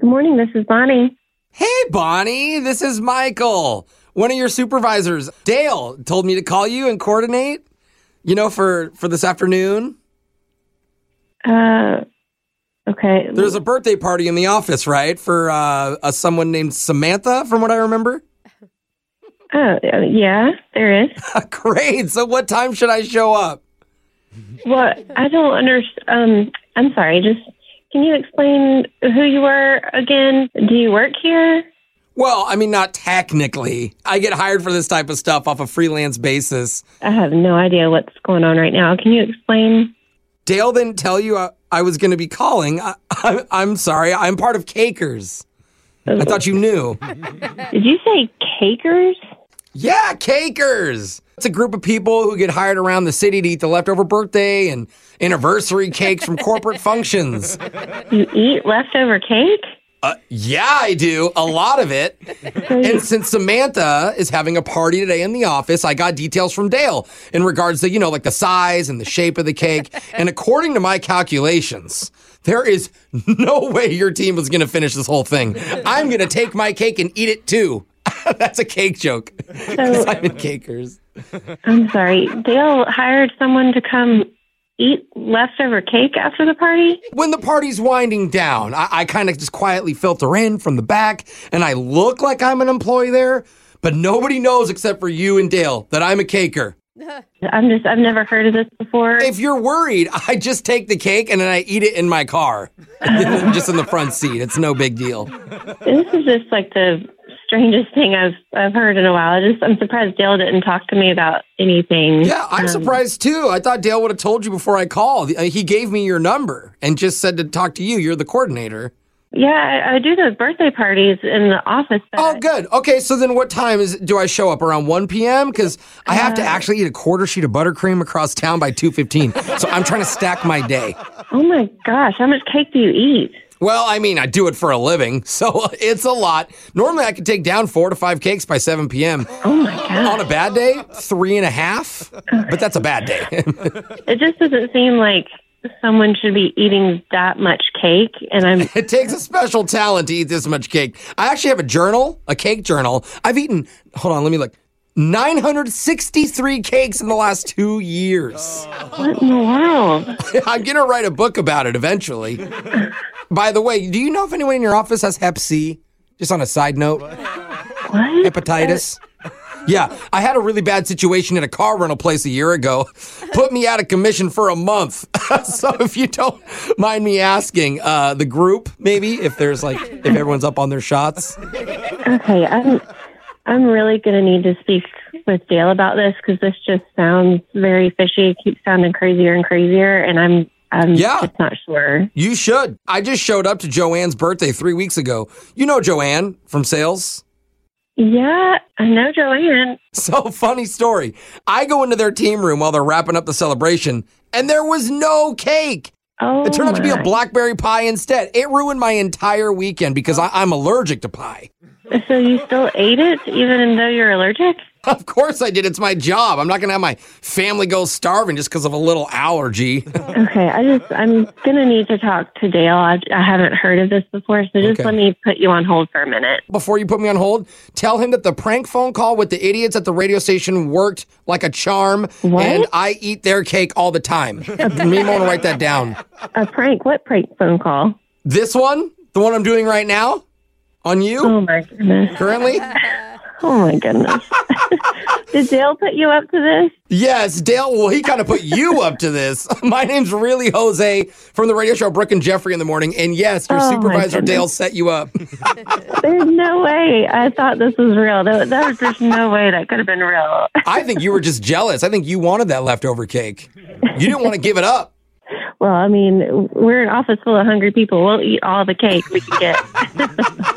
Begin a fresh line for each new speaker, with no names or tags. Good morning. This is Bonnie.
Hey, Bonnie, this is Michael, one of your supervisors. Dale told me to call you and coordinate, you know, for, for this afternoon.
Uh, okay.
There's a birthday party in the office, right? For uh, a, someone named Samantha, from what I remember.
Oh, uh, yeah, there is.
Great. So, what time should I show up?
Well, I don't understand. Um, I'm sorry. Just can you explain who you are again? Do you work here?
Well, I mean, not technically. I get hired for this type of stuff off a freelance basis.
I have no idea what's going on right now. Can you explain?
Dale didn't tell you I, I was going to be calling. I, I, I'm sorry. I'm part of Cakers. I thought you knew.
Did you say cakers?
Yeah, cakers. It's a group of people who get hired around the city to eat the leftover birthday and anniversary cakes from corporate functions.
You eat leftover cake?
Uh, yeah, I do. A lot of it. And since Samantha is having a party today in the office, I got details from Dale in regards to, you know, like the size and the shape of the cake. And according to my calculations, there is no way your team is going to finish this whole thing. I'm going to take my cake and eat it too. That's a cake joke. 'Cause I'm in cakers.
I'm sorry. Dale hired someone to come eat leftover cake after the party?
when the party's winding down, I, I kind of just quietly filter in from the back and I look like I'm an employee there, but nobody knows except for you and Dale that I'm a caker.
I'm just, I've never heard of this before.
If you're worried, I just take the cake and then I eat it in my car, just in the front seat. It's no big deal.
This is just like the strangest thing I've I've heard in a while. I just I'm surprised Dale didn't talk to me about anything.
Yeah, I'm surprised too. I thought Dale would have told you before I called. Uh, He gave me your number and just said to talk to you. You're the coordinator.
Yeah, I, I do those birthday parties in the office. But
Oh, good. Okay, so then what time is do I show up around 1 p.m.? Because I have to actually eat a quarter sheet of buttercream across town by 2:15. so I'm trying to stack my day.
oh my gosh, how much cake do you eat?
Well, I mean, I do it for a living, so it's a lot. Normally, I could take down four to five cakes by 7 p.m.
Oh my
On
gosh,
a bad day, three and a half, but that's a bad day.
it just doesn't seem like someone should be eating that much cake. And I'm
It takes a special talent to eat this much cake. I actually have a journal, a cake journal. I've eaten, hold on, let me look, 963 cakes in the last two years.
what in the world?
I'm going to write a book about it eventually. By the way, do you know if anyone in your office has Hep C? Just on a side note,
What?
hepatitis? Yeah, I had a really bad situation at a car rental place a year ago. Put me out of commission for a month. so if you don't mind me asking, uh, the group maybe if there's like if everyone's up on their shots.
Okay, I'm I'm really gonna need to speak with Dale about this because this just sounds very fishy. It keeps sounding crazier and crazier, and I'm I'm
Yeah.
just not sure.
You should. I just showed up to Joanne's birthday three weeks ago. You know Joanne from sales.
Yeah, I know Joanne.
So funny story. I go into their team room while they're wrapping up the celebration, and there was no cake.
Oh,
It turned out to be a
my.
blackberry pie instead. It ruined my entire weekend because I, I'm allergic to pie.
So you still ate it, even though you're allergic?
Of course I did. It's my job. I'm not going to have my family go starving just because of a little allergy.
Okay, I just I'm gonna need to talk to Dale. I, I haven't heard of this before, so just
Okay.
let me put you on hold for a minute.
Before you put me on hold, tell him that the prank phone call with the idiots at the radio station worked like a charm.
What?
And I eat their cake all the time. me want to write that down.
A prank? What prank phone call?
This one, the one I'm doing right now on you
Oh my goodness!
currently.
Oh my goodness! Did Dale put you up to this?
Yes, Dale. Well, he kind of put you up to this. My name's really Jose from the radio show Brooke and Jeffrey in the morning. And yes, your
Oh, my
supervisor
goodness.
Dale set you up.
There's no way. I thought this was real. That, that was just no way that could have been real.
I think you were just jealous. I think you wanted that leftover cake. You didn't want to give it up.
Well, I mean, we're an office full of hungry people. We'll eat all the cake we can get.